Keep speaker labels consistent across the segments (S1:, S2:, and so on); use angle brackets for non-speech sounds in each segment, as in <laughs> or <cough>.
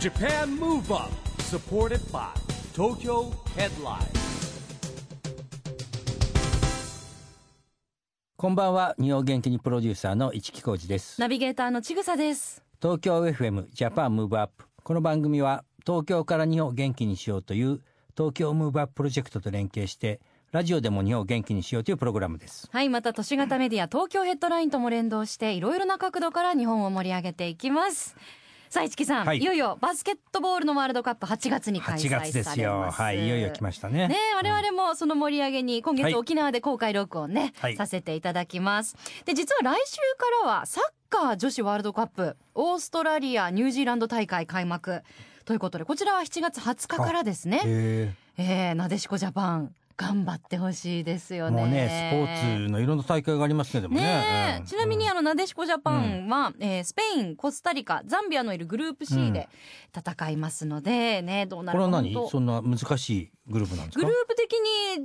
S1: Japan Move Up supported by Tokyo Headline
S2: こんばんは日本元気にプロデューサーの市木浩司です
S3: ナビゲーターのちぐさです。
S2: 東京 FM ジャパンムーブアップこの番組は東京から日本を元気にしようという東京ムーブアッププロジェクトと連携してラジオでも日本を元気にしようというプログラムです
S3: はい、また都市型メディア東京ヘッドラインとも連動して、いろいろな角度から日本を盛り上げていきます。さあ、市木さん、
S2: はい
S3: い、よいよバスケットボールのワールドカップ8月に開
S2: 8
S3: 催されます。
S2: 月ですよはいいよいよ来ましたね
S3: ねえ、我々もその盛り上げに今
S2: はい
S3: 月沖縄で公開録音ね、
S2: はい
S3: させていただきます。で、実は来週からはサッカー女子ワールドカップ、オーストラリア、ニュージーランド大会開幕ということで、こちらは7月20日からですね。
S2: へ
S3: えー、なでしこジャパン頑張ってほしいですよ
S2: え
S3: ね。
S2: もうねスポーツのいろんな大会がありますねでもね
S3: ねえ、
S2: うん
S3: ちなみにあのなでしこジャパンは、えースペイン、コスタリカ、ザンビアのいるグループ C で戦いますので、ねどうな
S2: こ
S3: る
S2: れ
S3: か
S2: は何
S3: 本当
S2: そんな難しいグループなんです
S3: グ
S2: か
S3: ループ的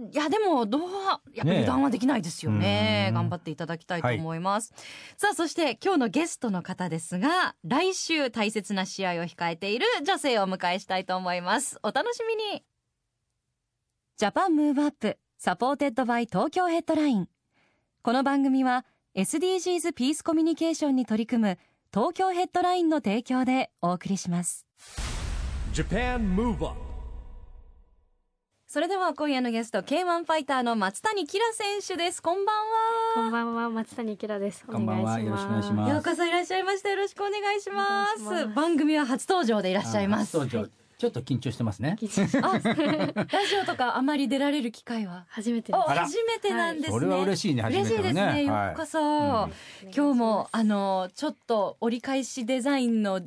S3: にいやでもどうはやっぱり
S2: ねえ
S3: 油断はできないですよね
S2: うん
S3: 頑張っていただきたいと思います、さあそして今日のゲストの方ですが来週大切な試合を控えている女性をお迎えしたいと思いますお楽しみにジャパンムーブアップサポーテッドバイ東京ヘッドラインこの番組は SDGs ピースコミュニケーションに取り組む東京ヘッドラインの提供でお送りします
S1: Japan Move Up
S3: それでは今夜のゲスト K1 ファイターの松谷キラ選手ですこんばんは
S4: こんばんは、松谷きらです。お
S2: こんばんは
S4: 願いしま
S2: よろ
S4: す。
S2: しくお願いしま
S3: ようこそいらっしゃいましたよろしくお願いします
S4: お願いします
S3: 番組は初登場でいらっしゃいます
S2: あそうじゃあちょっと緊張してますね
S4: 緊張
S3: あラジオとかあまり出られる機会は
S4: 初めて
S3: お
S4: です。
S2: あら
S3: 初めてなんですね、
S2: それは嬉しいね初め
S3: 嬉
S2: て
S3: しい
S2: のね
S3: ですね、よ
S2: はいう
S3: こそ、
S2: ん
S3: 今日もあのちょっと折り返しデザインの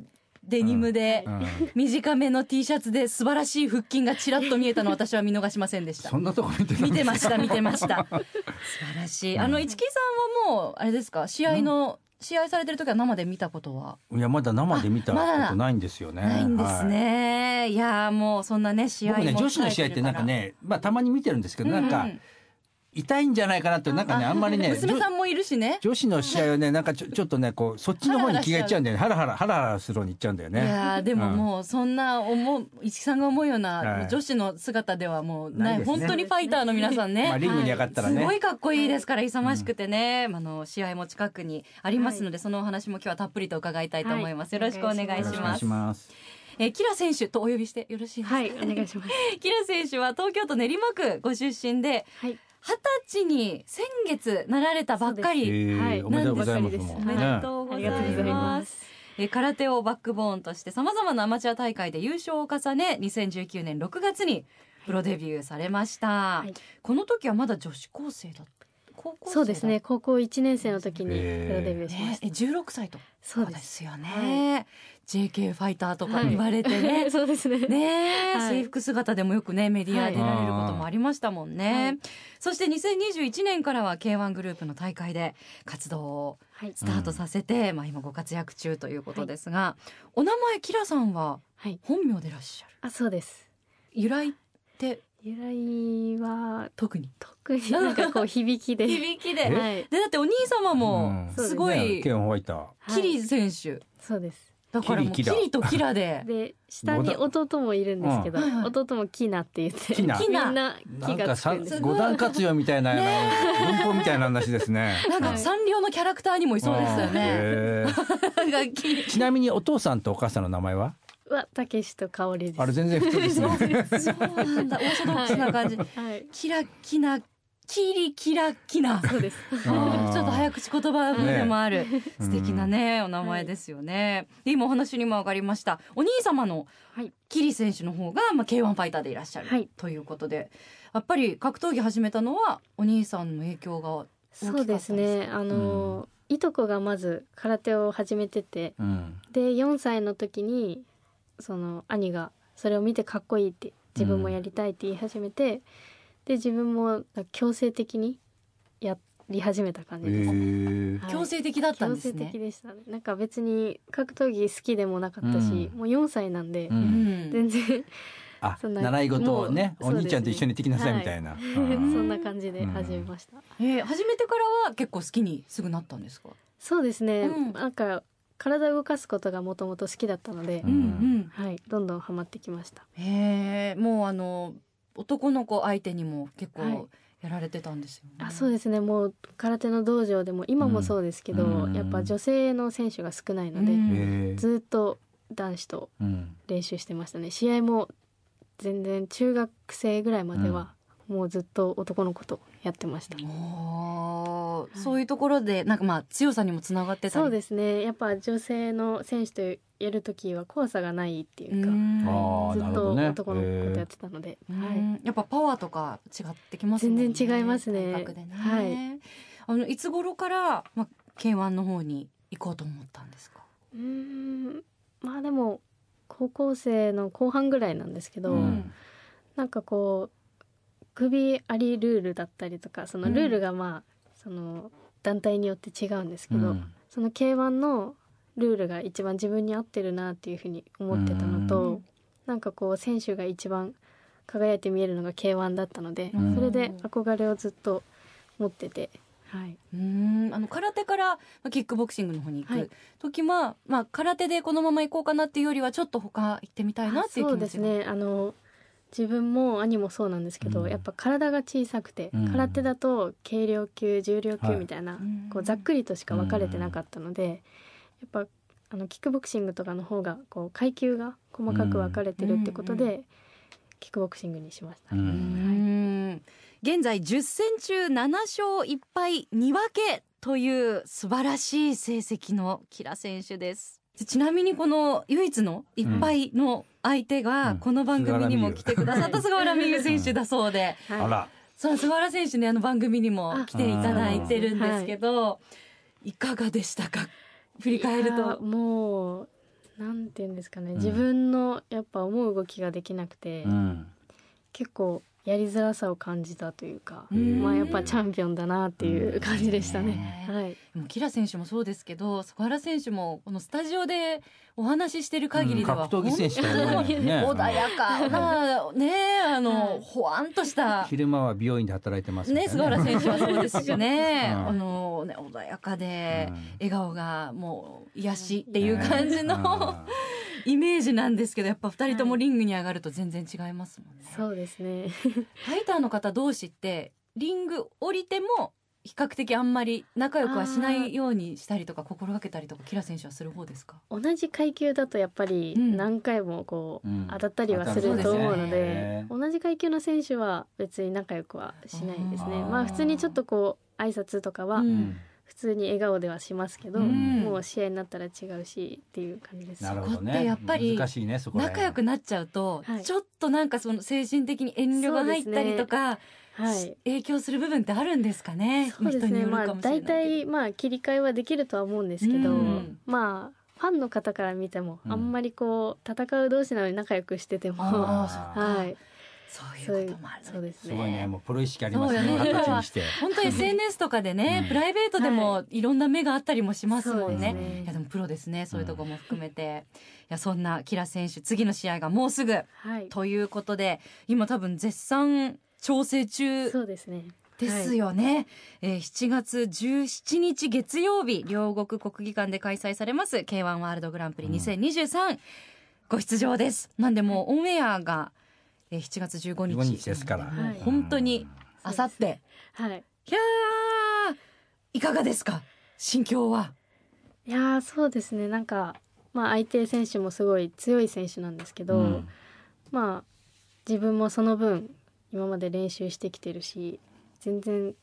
S3: デニムで、
S2: うん
S3: 短めの T シャツで素晴らしい腹筋がちらっと見えたの私は見逃しませんでした
S2: そんなとこ見てた
S3: 見てま
S2: <laughs>
S3: した見てました素晴らしいあの市木さんはもうあれですか試合の、試合されてる時は生で見たことはい
S2: やまだ生で見たこ
S3: あまだだ
S2: とないんですよね
S3: ないんです
S2: はい
S3: ね、い、やーもうそんなね試合
S2: 僕
S3: も
S2: ね女子の試合ってなんかねまあたまに見てるんですけど
S3: 控え
S2: な
S3: てる
S2: ん
S3: から
S2: か痛いんじゃないかなってなんかねあんまりね
S3: 娘さんもいるしね
S2: 女子の試合はねなんかちょちょっとねこうそっちの方に気がいっちゃうんだよねハラハラハラハラする方にいっちゃうんだよ
S3: い
S2: ね
S3: やーでももうそんな思う市木さんが思うよう
S2: は
S3: ない女子の姿ではもうない
S2: ないですね
S3: 本当にファイターの皆さんね、
S2: まあリングに上がったら
S3: す
S2: ね、
S3: ごいかっこいいですから勇ましくてね、あの試合も近くにありますので、そのお話も今日はたっぷりと伺いたいと思います、
S4: はい
S3: よろしくお願いし
S2: よろしくお願
S3: ま
S2: い
S3: す
S2: します
S3: えーキラ選手とお呼びしてよろしいですか、
S4: はい、お願いします。
S3: <laughs> キラ選手は東京都練馬区ご出身で
S4: はい。
S3: 二十歳に先月なられたばっか
S2: え
S3: り、
S2: ー
S4: はい
S2: おめでとうございます
S4: なんで
S2: もう
S4: す
S3: おめ
S2: ね
S3: でとう
S4: あ
S3: ござ
S4: り
S3: い
S4: がとうござい
S3: ま。
S4: ますす。
S3: えー空手をバックボーンとして様々なアマチュア大会で優勝を重ね、2019年6月にプロデビューされました。
S4: い
S3: この時はまだ女子高生だった。高校生だった
S4: そうですね、。高校1年生の時にプ
S2: へー
S4: ロデビューしま
S3: ね
S4: し、
S3: え
S4: た。
S3: 16歳と
S4: そう
S3: か
S4: で。
S3: ですすよね、JK ファイターとか言われてね、
S4: <laughs> はいそうです
S3: <laughs>
S4: ね。
S3: ねえ、
S4: は
S3: 制
S4: い
S3: 服姿でもよくねメディアで出られることもありましたもんね、
S4: はい
S3: そして2021年からは k 1グループの大会で活動を
S4: はい
S3: ス。タートさせて、まあ、今ご活躍中ということですが、お名前キラさんは
S4: はい。
S3: 本名でいらっしゃる
S4: あ、そうです。
S3: 由来って
S4: 由来は、
S3: 特に
S4: 特になんかこう、響きで。
S3: <laughs> 響き
S2: え
S3: で
S4: はい。
S3: でだってお兄様も
S2: うん
S3: すご
S2: ね
S3: い、
S2: ケンホワイター
S4: はい
S3: キリ選手、
S4: そうです。
S3: だからもう
S2: キ
S3: キ
S2: リキラ
S3: リとキラ <laughs> で
S4: で、下に弟もいるんですけど
S3: うんはいは、い
S4: 弟もキナって言って、
S2: キナ
S4: みんな
S2: な
S4: 木
S2: んか
S4: がつくん
S2: 三
S4: です。
S2: 五段活用みたいな文法みたいな話ですね
S3: なんかサンリオのキャラクターにもい <laughs> そうですよね。
S2: うんへー
S3: なんかキリ
S2: ちなみにお父さんとお母さんの名前は
S4: は、たけしとかおりです。
S2: あれ全然普通ですね
S3: そうなんだ。オーソドックスな感じ。
S4: <laughs> はい。
S3: キラキラ、キリキラキラ。
S4: そう
S2: <laughs>
S4: です。
S3: <laughs> ちょっと早口言葉でもある、 <laughs> 素敵なね、お名前ですよね。で今お話にも上がりました。お兄様の
S4: はい。
S3: キリ選手の方が、まあ、K1 ファイターでいらっしゃる、
S4: はい
S3: ということで、やっぱり格闘技始めたのはお兄さんの影響が大きかったんですか
S4: そうですね。あの、いとこがまず空手を始めてて、
S2: うん
S4: で4歳の時にその兄がそれを見てかっこいいって自分もやりたいって言い始めて、で自分も強制的にやり始めた感
S2: へ
S4: じです。
S2: ー
S4: はい
S3: 強制的だったんです
S4: 強制
S3: ね
S4: 的。でしたね。なんか別に格闘技好きでもなかったし、
S2: うん
S4: もう4歳なんで、
S2: う
S3: うんん
S4: 全然、
S2: あ
S4: そんな
S2: 習い事をね
S4: も
S2: お
S4: う
S2: 兄ちゃんと一緒に行ってきなさいみたいな、
S4: <laughs> そ
S2: うん
S4: んな感じで始めました。
S3: えー始めてからは結構好きにすぐなったんですか
S4: そうですね、
S3: うん
S4: なんか体を動かすことがもともと好きだったので、
S2: う
S3: うんん
S4: はい、どんどんハマってきました。
S3: うん。へえ、もうあの男の子相手にも結
S4: はい
S3: 構やられてたんですよね。
S4: あそうですねもう空手の道場でも今もそうですけど、
S2: うん
S4: やっぱ女性の選手が少ないの
S3: う
S4: で、
S3: ん
S2: へえ
S4: ずっと男子と
S2: うん
S4: 練習してましたね試合も全然中学生ぐらいまではもうずっと男の子とやってました、
S3: おーそういうところでなんかまあ強さにもつながってたり
S4: そう
S3: す
S4: ですねやっぱ女性の選手とやる時は怖さがないっていうか、
S2: あー
S4: ず
S2: な
S4: っ
S2: るほど
S4: と
S2: ね
S4: 男の子とやってたので、はい
S3: やっぱパワーとか違ってきますもんね。
S4: 全然違いますね
S3: 感覚でね。
S4: はい
S3: あのいつ頃からまあ K1 の方に行こうと思ったんですか。
S4: うーんまあでも高校生の後半ぐらいなんですけど、
S2: う
S3: うん
S4: なんかこう首ありルールだったりとかそのルールがまあ、その団体によって違うんですけど、
S2: うん
S4: その K1 のルールが一番自分に合ってるなっていうふうに思ってたの
S3: う
S4: と
S3: ん
S4: なんかこう選手が一番輝いて見えるのが K1 だったので、
S2: うん
S4: それで憧れをずっと持ってて、はい、
S3: うんあの空手からまあキックボクシングの方に行
S4: は
S3: く
S4: い
S3: 時は、まあ空手でこのまま行こうかなっていうよりはちょっと他行ってみたいなっていう
S4: そ
S3: 気持
S4: うで
S3: ち
S4: す
S3: が。
S4: ねあの自分も兄もそうなんですけど、
S2: うん
S4: やっぱ体が小さくて、
S2: うん
S4: 空手だと軽量級重量級みたい
S3: う
S4: な、
S3: ん
S4: こうざっくりとしか分かれてなかったので、やっぱあのキックボクシングとかの方がこう階級が細かく分かれてるってこと
S3: う
S4: で、
S3: ん
S4: キックボクシングにしました。
S2: う
S3: うんん現在10戦中7勝1敗2分けという素晴らしい成績のキラ選手です。ちなみにこの唯一の1敗の相手
S2: う
S3: が
S2: ん
S3: この番組にも来てくださった菅原美優選手だそうで、
S4: はい
S2: あら
S3: そう菅原選手ねあの番組にも来ていただいてるんですけど、いかがでしたか振り返る
S4: いや
S3: と。
S4: もうなんて言うんですかね、
S2: ん
S4: 自分のやっぱ思う動きができなくて、
S2: うん
S4: 結構やりづらさを感じたというか、
S3: うん
S4: まあやっぱチャンピオンだなっていう感じでしたね。
S3: うん
S4: はい、
S3: でもキラ選手もそうですけど菅原選手もこのスタジオでお話ししてる限りでは、
S2: 格闘技選手とは思えないよ
S3: <laughs>
S2: ね
S3: 穏やかな、ねえあの、
S4: はい
S3: ほわんとした。
S2: 昼間は美容院で働いてますみたい
S3: ね、
S2: な
S3: 菅原選手はそうですしね、
S2: うん
S3: あのね、穏やかで、
S2: うん
S3: 笑顔がもう癒しっていう感じ
S2: ね
S3: の、
S2: あ
S3: イメージなんですけど、やっぱ二人ともリングに上がると全然違いますもんね。
S4: そうですね。
S3: ファイターの方同士って、リング降りても、比較的あんまり仲良くはしないようにしたりとか、心がけたりとか、キラ選手はする方ですか
S4: 同じ階級だとやっぱり
S3: うん
S4: 何回もこ
S3: <laughs>
S4: う
S2: うん
S4: 当たったりはすると思うので、
S2: そ
S4: 同じ階級の選手は別に仲良くはしないですね。
S2: あー
S4: まあ普通にちょっとこう挨拶とかは
S2: ー
S3: う
S2: うんん
S4: 普通に笑顔ではしますけど、
S3: うん
S4: もう試合になったら違うしっていう感じです。
S2: なるほど
S3: そこって
S2: ね
S3: やっぱり
S2: 難しいねそこら
S3: 仲
S2: 辺
S3: 良くなっちゃうと、
S4: はい
S3: ちょっとなんかその精神的に遠慮が入ったりとか、
S4: はい。
S3: 影響する部分ってあるんですかね。
S4: そうです
S3: 人に
S4: ね。
S3: よ
S4: ま
S3: るか
S4: あ
S3: もしれない
S4: 大
S3: けど
S4: 体まあ切り替えはできるとは思うんですけど、
S3: うん
S4: まあファンの方から見ても
S2: うん
S4: あんまりこう戦う同士なのに仲良くしてても、は
S2: あ
S3: ああ、そうか
S4: い。
S3: そう
S4: そう
S3: い
S4: いう
S3: こ
S4: う
S3: ともある。
S4: そうです
S2: す
S4: ね。
S2: ごいねもうプロ意識ありますね
S3: そうよね
S2: 二十歳にして
S3: 本当 SNS とかでね、
S2: うん
S3: プライベートでも
S4: はい
S3: ろんな目があったりもしますもんね。
S4: そうですね
S3: いやでもプロですね、そういうとこも含めて。いやそんなキラ選手、次の試合がもうすぐ
S4: はい。
S3: ということで、今多分絶賛調整中
S4: そうですね。
S3: ですよね、えー7月17日月曜日両国国技館で開催されます k 1ワールドグランプリ2023、ご出場ですなんでもうオンエアが、えー7月15日
S2: 15日ですから
S3: もう
S4: はい
S3: 本当に
S4: うん
S3: あさって
S4: はい。はい。
S3: いやーいかがですか心境はい
S4: やーそうですね。なんかまあ相手選手もすごい強い選手なんですけど、
S2: うん
S4: まあ自分もその分今まで練習してきてるし、全然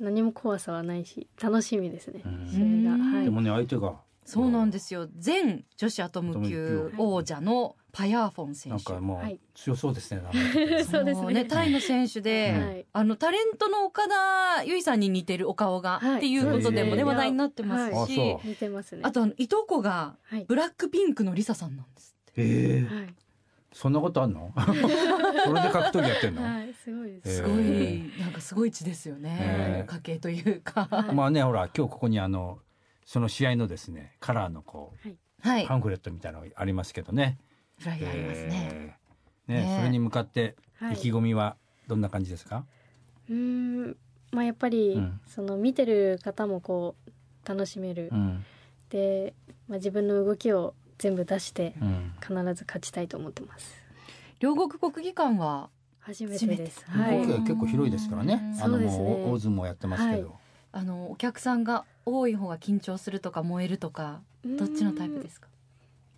S4: 何も怖さはないし楽しみですね。
S2: うん
S4: それが
S3: うん
S4: は
S2: で
S4: い。
S2: もね相手が
S3: そうなん
S2: で
S3: ですよ前女子アトム級王者のパヤーフォン選
S2: なん
S3: 手
S2: かも
S4: は
S2: う
S4: い
S2: 強そうですね名前
S4: そうですね
S3: もタイの選手で、
S4: はい
S3: あのタレントの岡田結衣さんに似てるお顔が、
S4: はい
S3: っていうことでも
S2: そうです
S3: ね
S2: ね
S3: 話題になってますし、
S2: はいあそ
S4: 似てますね。
S3: あとあのいとこが
S4: はい。
S3: ブラックピンクのリサさんなんですって。
S2: ええ
S4: はい。
S2: そんなことあんの <laughs> それで格闘技やってんの
S4: はい。すごいです。
S2: え
S3: す
S2: ー
S3: ごいなんかすごい血ですよね
S2: え、ー
S3: 家系というか、
S4: はい
S2: まあねほら今日ここにあのその試合のですねカラーのこ
S3: はい、
S2: うパンフレットみたいなのありますけどね
S3: フライヤーありますね。
S2: えーね
S3: ね
S2: それに向かって
S4: はい
S2: 意気込みはどんな感じですか、
S4: うーん。まあやっぱり、
S2: うん
S4: その見てる方もこう楽しめる。
S2: うん
S4: で、ままあ、自分の動きを全部出して
S2: うん
S4: 必ず勝ちたいと思ってます
S3: 両国国技館は
S4: 初めてです
S3: 初めて
S4: はい
S2: 動きは結構広いですからね
S3: うん
S2: あの
S4: そうですね
S2: もう大相撲やってますけど、
S3: あのお客さんが多い方が緊張するとか燃えるとかどっちのタイプですすか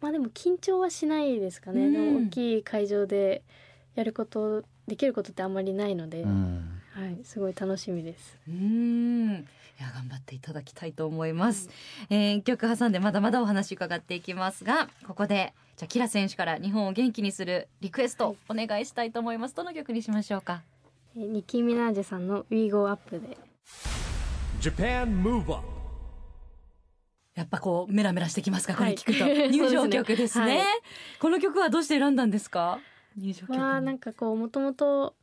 S4: まあでも緊張はしないですか
S3: う
S4: ね
S3: ん
S4: でも大きい会場でやることできることってあんまりないので、
S2: うん
S4: はい、すごい楽しみです
S3: うーんいや頑張っていただきたいと思います、えー一曲挟んでまだまだお話伺っていきますがここでじゃあキラ選手から日本を元気にするリクエストお願いしたいと思いますどの曲にしましょうか
S4: えーニッキー・ミナージェさんの「WeGo Up」で
S1: Japan Move Up
S3: やっぱこうメラメラしてきますかこれ
S4: はい
S3: 聞 <laughs> くと、
S4: そうですね
S3: 入場曲ですね
S4: はい
S3: この曲はどうして選んだんですか入場曲に
S4: はなんかこうもともと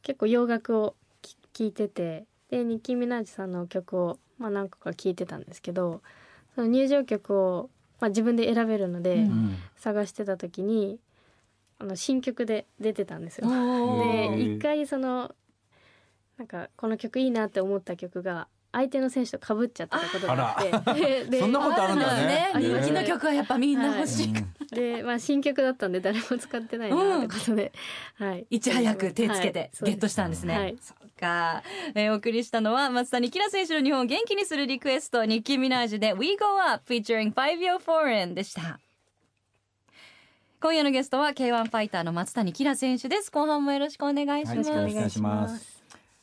S4: 結構洋楽をき聴いててでニッキー・ミナージュさんの曲を、まあ、何個か聴いてたんですけどその入場曲を、まあ、自分で選べるの
S3: う
S4: で
S2: うんん
S4: 探してた時に、あの新曲で出てたんですよ。
S3: お
S2: へ
S4: で
S3: ー
S2: ー
S4: 一回そのなんかこの曲いいなって思った曲が相手の選手とかぶっちゃってたことがあって <laughs> で
S2: そんなことあるんだね
S3: あるんですね人
S4: ね
S3: 気の曲はやっぱみんな欲しいから、
S4: で、まあ、新曲だったんで誰も使ってないなってことで、はい、
S3: いち早く手つけてゲット
S4: し
S3: したんですね。
S4: はい
S3: そうか、えーお送りしたのは松谷キラ選手の日本を元気にするリクエストニッキー・ミナージュで We Go Up featuring 5 Year Foreign でした。今夜のゲストは K1 ファイターの松谷キラ選手です。後半もよろしくお願いし
S2: は
S3: ま
S2: よろしくお
S3: す。
S2: 願いします。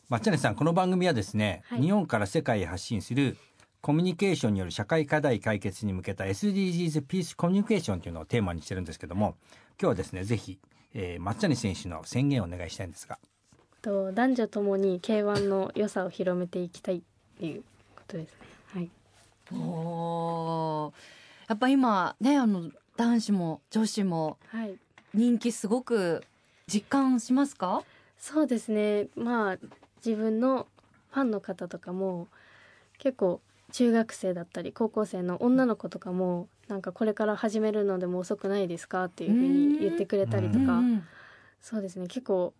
S2: まあ、チャネさん、この番組はですね、
S4: はい
S2: 日本から世界へ発信するコミュニケーションによる社会課題解決に向けた SDGs ピースコミュニケーションというのをテーマにしてるんですけども、今日はですね、ぜひ、えー、松谷選手の宣言をお願いしたいんですが。
S4: と男女ともに K1 の良さを広めていきたいっていうことですね。はい。
S3: おーやっぱ今ねあの男子も女子も
S4: はい。
S3: 人気すごく実感しますか？
S4: そうですね。まあ自分のファンの方とかも結構中学生だったり高校生の女の子とかもなんかこれから始めるのでも遅くないですかっていうふうに言ってくれたりと
S2: うん
S4: か、
S3: うん
S4: そうですね。結構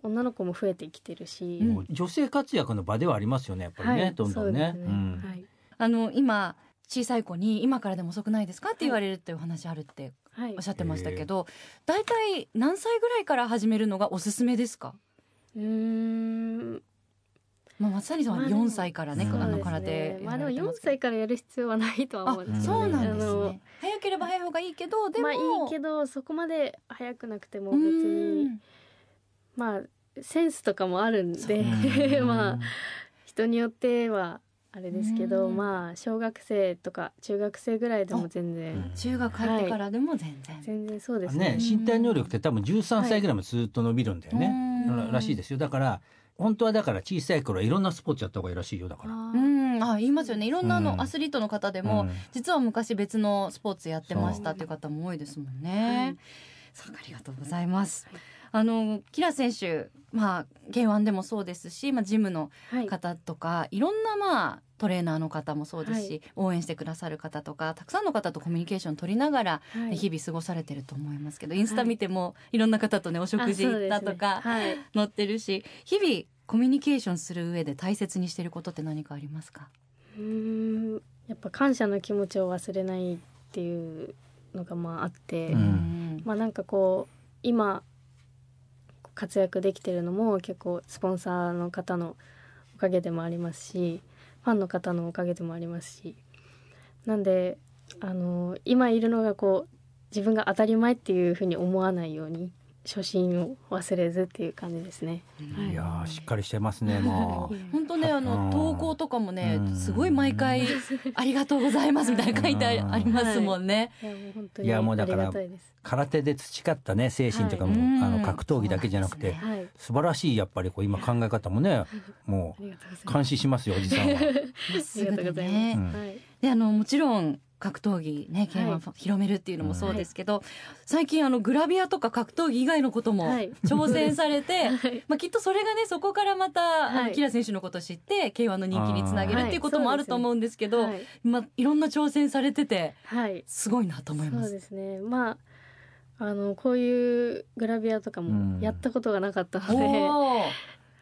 S4: 女の子も増えてきてるし、
S3: うん
S2: もう女性活躍の場ではありますよね、やっぱりね、どんどんね。
S4: そうです
S2: うん
S4: はい。
S3: あの今小さい子に今からでも遅くないですかって言われるっていうお話あるって
S4: はい
S3: おっしゃってましたけど、大体何歳ぐらいから始めるのがおすすめですか。
S4: うーん。
S3: まあ松谷さん
S4: ま
S3: は
S4: あでも
S3: 四歳からね、
S2: うん
S3: あ
S4: そう
S3: の
S4: です
S3: 空手
S4: ねまあでも
S3: やられて
S4: 4
S3: ますけど
S4: 歳からやる必要はないとは思うんです
S2: あ
S4: けど
S3: そうなんです
S4: あの
S3: ね。早ければ早い方がいいけどでも、
S4: まあいいけどそこまで早くなくても別
S3: う
S4: に
S3: ん
S4: まあセンスとかもあるん
S3: そう
S4: で
S2: うん
S4: <laughs> まあ人によってはあれですけど
S3: うん
S4: まあ小学生とか中学生ぐらいでも全
S2: うん
S4: 然
S3: 中学入ってからでも全然。
S4: 全然そうです
S2: ね
S4: ね。
S2: 身体能力って多分13歳ぐらいもずっと伸びるんだよね。
S3: うん
S2: ららしいですよ。だから、本当はだから小さい頃はいろんなスポーツやった方がいいらしいよ、だから。
S4: あ
S3: う
S4: ー
S3: ん、あ言いますよね。いろんなあ
S2: うん
S3: のアスリートの方でも、
S2: うん
S3: 実は昔別のスポーツやってました
S4: そう
S3: っていう方も多いですもん
S4: は
S3: ね
S4: い。
S3: そうかありがとうございます
S4: はい。
S3: あのキラ選手、まあ K1 でもそうですし、まあジムの
S4: はい
S3: 方とか、い、ろんなまあトレーナーの方もそうですし、
S4: は
S3: 応援してくださる方とか、たくさんの方とコミュニケーション取りながら、
S4: はい
S3: 日々過ごされてると思いますけど、インスタ見てもいろんな方とねお食
S4: あ
S3: 事
S4: そう
S3: 行
S4: で
S3: った
S4: すね
S3: とか
S4: はい
S3: 載ってるし、日々コミュニケーションする上で大切にしてることって何かありますか？
S4: うーんやっぱ感謝の気持ちを忘れないっていうのがまああって
S2: うん
S4: まあなんかこう今活躍できてるのも結構スポンサーの方のおかげでもありますしファンの方のおかげでもありますしなんであの今いるのがこう自分が当たり前っていうふうに思わないように初心を忘れずっていう感じですね。
S2: いやーしっかりしてます
S4: <laughs>
S2: ね、もう。
S3: 本当ねあ
S2: うん
S3: の投稿とかもね
S2: うん
S3: すごい毎
S4: <laughs>
S3: 回「ありがとうございます」みたいな書いて
S2: うん
S3: ありますもんね。
S4: いやもう本当
S2: い
S4: に
S2: やもう
S4: あ
S2: だか
S4: り
S2: ら
S4: がたいです。
S2: 空手で培ったね精神とかも、
S3: はい
S2: あ
S3: う
S2: の
S3: ん
S2: 格闘技だけじゃなくて
S3: そうなん
S4: はい、
S2: 素晴らしいやっぱりこう今考え方もねも
S4: ありがとうござ
S2: う
S4: います。
S2: 監視しますよおじさんは。
S4: ありがとうございます
S3: すぐだね
S2: うん
S4: はい、
S3: であのもちろん格闘技ね K1、
S4: はい
S3: 広めるっていうのもそうですけど、最近あのグラビアとか格闘技以外のことも
S4: はい
S3: 挑戦され
S4: <laughs>
S3: て、
S4: はい
S3: まあ、きっとそれがねそこからまた、あ
S4: は
S3: の
S4: い
S3: キラ選手のことを知って K1 の人気につなげる
S2: あー
S3: っていうこともあると思うんですけど、
S4: はい
S3: まあ、いろんな挑戦されてて
S4: はい
S3: すごいなと思いま
S4: そう
S3: す。
S4: ですねまああのこういうグラビアとか
S2: うん
S4: もやったことがなかったので、
S3: おー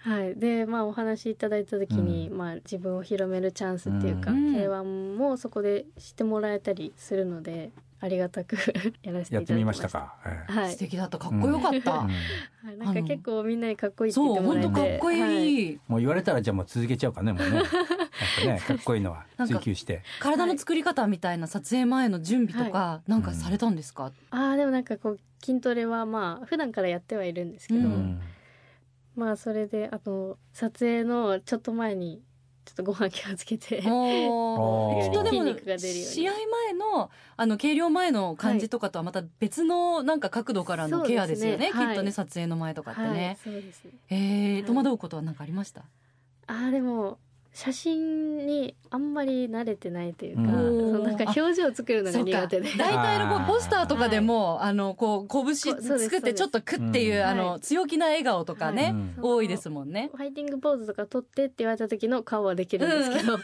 S4: はい、でまあお話しいただいた時に、まあ、自分を広めるチャンスっていうか、
S3: うん
S4: K1 ももそこで知ってもらえたりするのでありがたく <laughs> やらせて
S2: や
S4: いただきまし
S2: ってみました
S4: た
S2: か。え
S4: は
S3: 素
S4: い、
S3: 敵だったかっこよかった、
S2: えうん
S4: はいなんか結構みんなにかっこいいって
S3: <laughs>
S4: 言っ
S3: そう
S4: てもら
S3: 本
S4: えて
S3: 当かっこいい、
S4: はい
S2: もう言われたらじゃあもう続けちゃうかねもうね。やっぱねかっこいいのは
S3: なんか
S2: 追求して。
S3: 体の作り方みたいな撮影前の準備とかなんかされたんですか、
S4: あーでもなんかこう筋トレはまあ普段からやってはいるんですけど、
S3: う
S2: うんん。
S4: まあそれであの撮影のちょっと前にちょっとご飯気をつけて
S3: お
S2: あ
S3: ー
S2: ー
S3: きっとで
S4: 筋
S3: も
S4: 肉が出るように
S3: 試合前のあの計量前の感じとかとはまた別のなんか角度からのケアですよね
S4: そうですね
S3: きっとね、
S4: はい
S3: 撮影の前とかって
S4: はい
S3: ね、
S4: そうですね
S3: え
S4: はい
S3: ー、戸惑うことは何かありました、
S4: あーでも写真にあんまり慣れてないというか、
S2: うん
S4: そのなんか表情を作るのが
S3: そうか
S4: 苦手で
S3: 大体のこ
S2: あ
S3: う
S2: ー
S3: ポスターとかでも、あのこう拳
S4: そうです
S3: 作ってちょっとクッっていう、
S2: うん
S3: あの
S4: は
S3: 強気な笑顔と
S4: <laughs>
S3: かね、
S2: うん
S3: 多いですもんね
S4: ファイティングポーズとか撮ってって言われた時の顔はできるんですけど、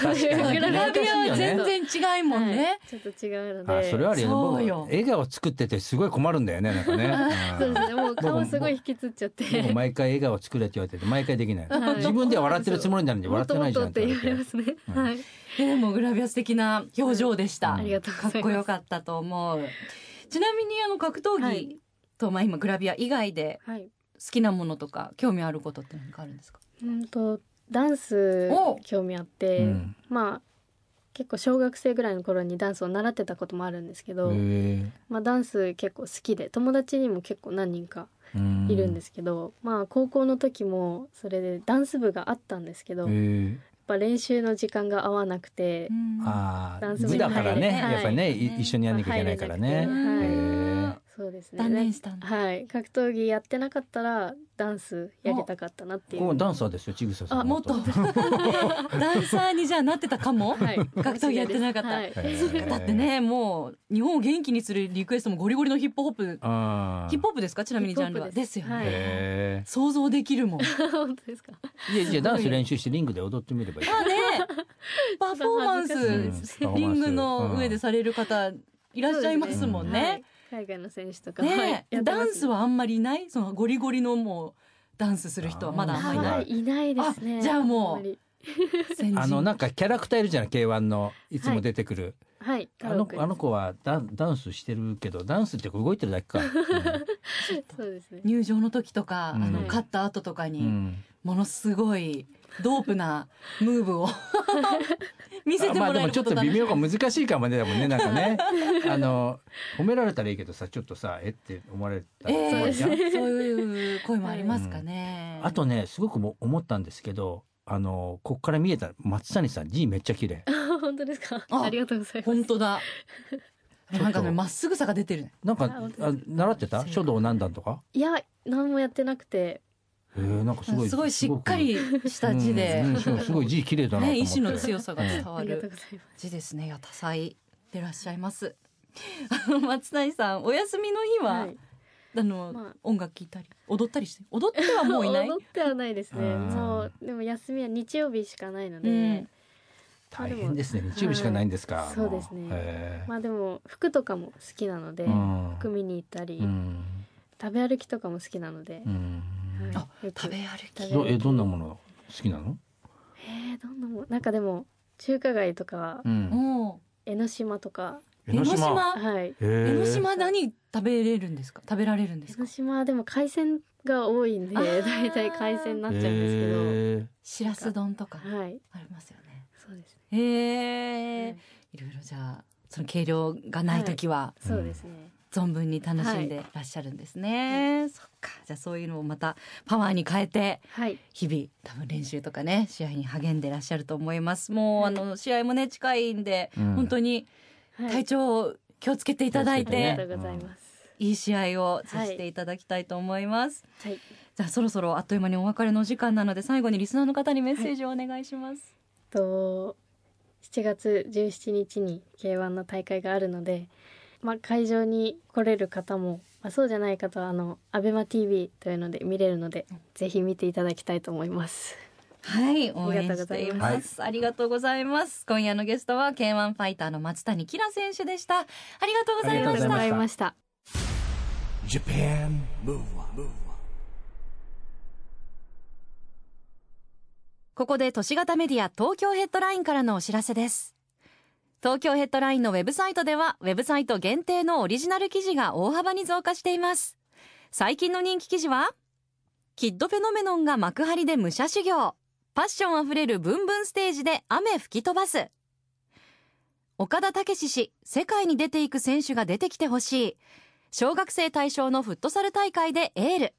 S4: そういう <laughs>
S2: 確かに
S3: グ
S4: グ
S3: ラ
S4: ラ
S3: ビ
S4: ビア
S3: アは
S4: は
S3: 全
S4: 全
S3: 然違いもんね、
S4: はいちょっと違うの
S2: あ
S4: で
S2: それはあるよね僕
S3: そうよ
S2: 笑顔作っててすごい困るんだよねなんかね。
S4: そう
S2: うん
S4: ですねもう顔すごい引きつっちゃって
S2: 僕も毎回笑顔作れって言われてて毎回できない、
S4: はい
S2: 自分では笑ってるつもりなのに笑ってないじゃん
S4: も
S2: っ
S4: っと
S2: て言わ
S4: もっとって言われ
S2: れ
S4: ますね、
S2: うん
S4: はい
S3: えでもグラビア素敵な表情でした、
S2: うん
S4: ありがとうご
S3: かっ
S4: ざいます
S3: こよかったと思うちなみにあの格闘技、
S4: はい
S3: とまあ今グラビア以外で
S4: はい
S3: 好きなものとか興味あることって何かあるんですか
S4: うんとダンス
S3: お
S4: 興味あって、
S2: て、うん
S4: まあ結構小学生ぐらいの頃にダンスを習ってたこともあるんですけど、
S2: へ
S4: まあ、ダンス結構好きで友達にも結構何人か
S2: え
S4: いるんですすけど、まあ高校の時もそれでダンス部があったんですけど、
S2: へ
S4: やっ
S2: え
S4: ぱ練習の時間が合わなくて、
S2: あ
S4: ダ
S2: あ
S4: ンス
S2: 部だからね、
S4: はい
S2: やっぱりね、い
S3: はい
S2: 一緒にやんなきゃいけないからね、
S4: まあ
S2: へ
S4: 入れなくて
S2: え
S4: そうですね
S3: 断念したんだ
S4: はい格闘技やってなかったらダンスやりたかったなっていう
S2: こうダンサーですよちぐささん
S3: あもっと
S2: 元
S3: ダンサーにじゃあなってた
S2: <laughs>
S3: かも、
S4: はい
S3: <laughs> 格闘技やってなかった
S4: はい
S2: へえ
S4: <laughs>
S3: だってねもう日本を元気にするリクエストもゴリゴリのヒップホップ
S2: あー
S3: ヒップホップですかちなみにジャンルは
S4: ヒップ
S3: で
S4: ホッ
S3: すよね、
S4: はい
S2: へ
S3: 想像できるもんま
S4: 本当ですか
S2: えいやいやダンス練習してリングで踊ってみ <laughs> ればいい
S3: あねパフォーマン
S2: うん
S3: ス
S2: パフォーマンス
S3: リングの上でされる方いらっしゃいますもんね、
S4: はい海外の選手とかは
S3: ね
S4: やってま
S3: ダ
S4: す
S3: ンスはあんまりいないそのゴリゴリのもうダンスする人はまだあんまりいない
S4: はいいないですね
S3: あじゃあもうん
S4: まり
S3: 先
S2: <laughs> あのなんかキャラクターいるじゃない K1 のいつも出てくる、
S4: はい
S2: あのあの
S4: 子
S2: 子はダンダンスしてるけどダンスって動いてるだ
S4: <laughs>
S2: けか、う
S4: そうですね <laughs>
S3: 入場の時とか、
S2: うん
S3: あの
S4: はい
S3: 勝った後とか
S2: ん
S3: に、
S2: うん
S3: ものすごいドープなムーブを <laughs> 見せても
S2: あまあで
S3: らえ
S2: も
S3: る
S2: ちょっ
S3: こと
S2: と
S3: だ
S2: 微
S3: ね
S2: 妙か難しいかもねでもねなんか
S3: <laughs>
S2: ねあの褒められたらいいけどさちょっとさえって思われたら
S3: え
S2: 困
S3: え
S2: るじゃん、
S3: そういう声もありますかね、
S2: あとねすごくも思ったんですけどあのこっから見えた松谷さん字めっちゃ綺麗
S4: 本当ですか
S3: あ
S4: ありがとうございます
S3: 本当だ
S2: ちょっと
S3: なんかねまっすぐさが出てる
S2: なんか
S4: あ本当
S2: あ習って
S3: そう
S2: た
S3: か
S2: 書道何段とか
S4: いや何もやってなくて
S2: へえなんかすごい
S3: すごいしっかりした字で、
S2: うんうんすごいすごい字綺麗だなと思
S3: ね意
S2: って、
S3: 志の強さが伝わ
S4: ありがとう
S3: る
S4: ございます
S3: 字ですねいや多彩でらっしゃいます <laughs> あの松谷さんお休みの日は、
S4: はい
S3: あの、
S4: まあ
S3: 音楽聴いたり踊ったりして踊ってはもういない
S4: <laughs> 踊ってはないですね
S2: あー
S4: もうでも休みは日曜日しかないので、
S3: うん
S2: 大変ですね日曜日しかないんですか、
S4: はい
S2: も
S4: そうですね
S2: へえ
S4: まあでも服とかも好きなので、
S2: うん
S4: 服見に行ったり、
S2: うん
S4: 食べ歩きとかも好きなので
S2: う、ん
S4: はい
S3: あ
S4: よく
S3: 食べ歩き
S2: どえどんなもの好きなの、
S4: えー、どんなもんなんかでも中華街とかは
S2: うん、
S3: も
S4: 江ノ島とか、
S3: う江ノ島
S4: はい
S2: へ
S3: 江
S2: え
S3: ノ島何食べれるんですか食べられるんで
S4: 江
S3: すか
S4: ノ島はでも海鮮が多いんで
S3: あー
S4: 大体海鮮になっちゃうんです
S2: へえ
S3: しらす丼とか
S4: けどはい
S3: ありますよね
S4: そうですね、
S3: へ
S4: は
S3: え
S4: い
S3: いろいろじゃあその計量がない時は
S4: そうですね、
S3: 存分に楽しんでらっしゃるんですね、そっかじゃあそういうのをまたパワーに変えて
S4: はい
S3: 日々多分練習とかね試合に励んでらっしゃると思いますもうあの試合もね近いんで、
S2: うん
S3: 本当に
S4: はい
S3: 体調を気をつけていただい
S2: 気をつけ
S4: あ
S3: て、
S2: ね
S4: りがとうございます、
S3: いい試合をさせていただきたいと思います、
S4: はい
S3: じゃあそろそろあっという間にお別れの時間なので最後にリスナーの方にメッセージをお願いします、
S4: と7月17日に K1 の大会があるので、まあ、会場に来れる方も、まあ、そうじゃない方はあの ABEMATV というので見れるのでぜひ見ていただきたいと思います。
S3: はい、応援しています。ありがとうございます。今夜のゲストは K1 ファイターの松谷キラ選手でした。ありがとうござ
S4: あ
S3: い
S4: りが
S3: ま
S4: とう
S3: し
S4: ご
S3: た。
S4: ざいました。
S1: Japan Move Up, Move Up.
S3: ここで都市型メディア東京ヘッドラインからのお知らせです。東京ヘッドラインのウェブサイトではウェブサイト限定のオリジナル記事が大幅に増加しています最近の人気記事はキッドフェノメノンが幕張で武者修行パッションあふれるブンブンステージで雨吹き飛ばす岡田武史氏世界に出ていく選手が出てきてほしい小学生対象のフットサル大会でエール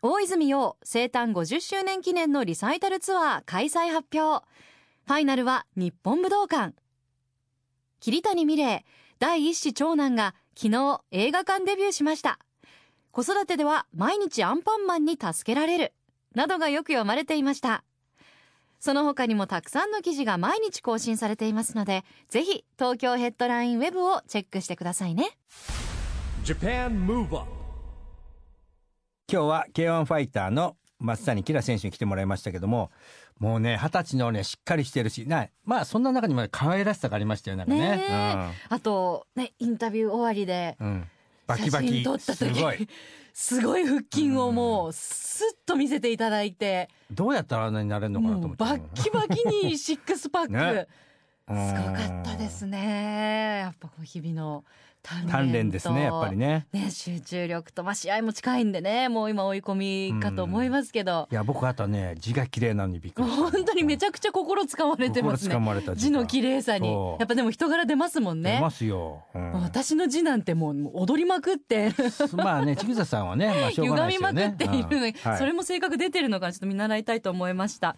S3: 大泉洋生誕50周年記念のリサイタルツアー開催発表ファイナルは日本武道館桐谷美玲第一子長男が昨日映画館デビューしました子育てでは毎日アンパンマンに助けられるなどがよく読まれていましたその他にもたくさんの記事が毎日更新されていますのでぜひ東京ヘッドラインウェブをチェックしてくださいね
S1: Japan Move Up
S2: 今日は K1 ファイターの松谷キラ選手に来てもらいましたけども、もうね、二十歳のね、しっかりしてるし、なまあ、そんな中にもね可愛らしさがありましたよ、なんかね。
S3: ねえあとねインタビュー終わりで
S2: うん。うんバキバ
S3: 写
S2: キ
S3: 真撮った
S2: す
S3: 時
S2: ごい
S3: すごい腹筋をもうスッと見せていただいて
S2: どうやったらあんなになれるのかなと
S3: も
S2: 思
S3: う
S2: って
S3: バッキバキにシックスパック、
S2: ね
S3: すごかったですねやっぱこう日々の鍛
S2: う
S3: 錬
S2: ん鍛
S3: と
S2: 錬ですねやっぱりね
S3: ね集中力と、まあ、試合も近いんでねもう今追い込みかと思いますけど、
S2: いや僕あとね字が綺麗なのにびっくりした
S3: 本当にめちゃくちゃ心つかまれてます
S2: 心掴
S3: ね
S2: まれた
S3: 字の綺麗さに
S2: そう
S3: やっぱでも人柄出ますもん
S2: 出
S3: ね
S2: ますよ、うん
S3: 私の字なんてもうもう踊りまくって
S2: まあねちぐささんはねまあしょうが
S3: <laughs> 歪
S2: ないで
S3: み
S2: すよね
S3: まくっているのに、
S2: うんはい
S3: それも性格出てるのかちょっと見習いたいと思いました、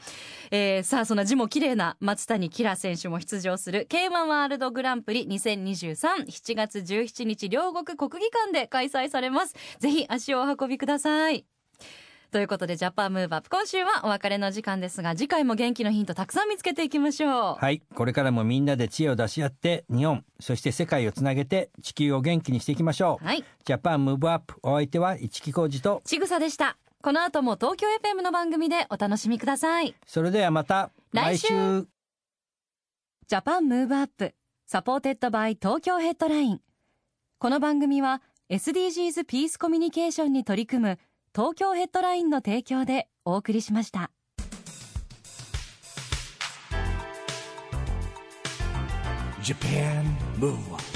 S3: えーさあその字も綺麗な松谷キラ選手も出場する k 1ワールドグランプリ20237月17日両国国技館で開催されますぜひ足をお運びくださいということでジャパンムーブアップ今週はお別れの時間ですが次回も元気のヒントたくさん見つけていきましょう
S2: はい。これからもみんなで知恵を出し合って、日本、そして世界をつなげて、地球を元気にしていきましょう。
S3: はい
S2: ジャパンムーブアップ、お相手は市木浩二と、
S3: ちぐさでしたこの後も東京 FM の番組でお楽しみください
S2: それではまた、
S3: 来週ジャパンムーブアップサポーテッドバイ東京ヘッドラインこの番組は SDGs ピースコミュニケーションに取り組む東京ヘッドラインの提供でお送りしました。
S1: Japan Move Up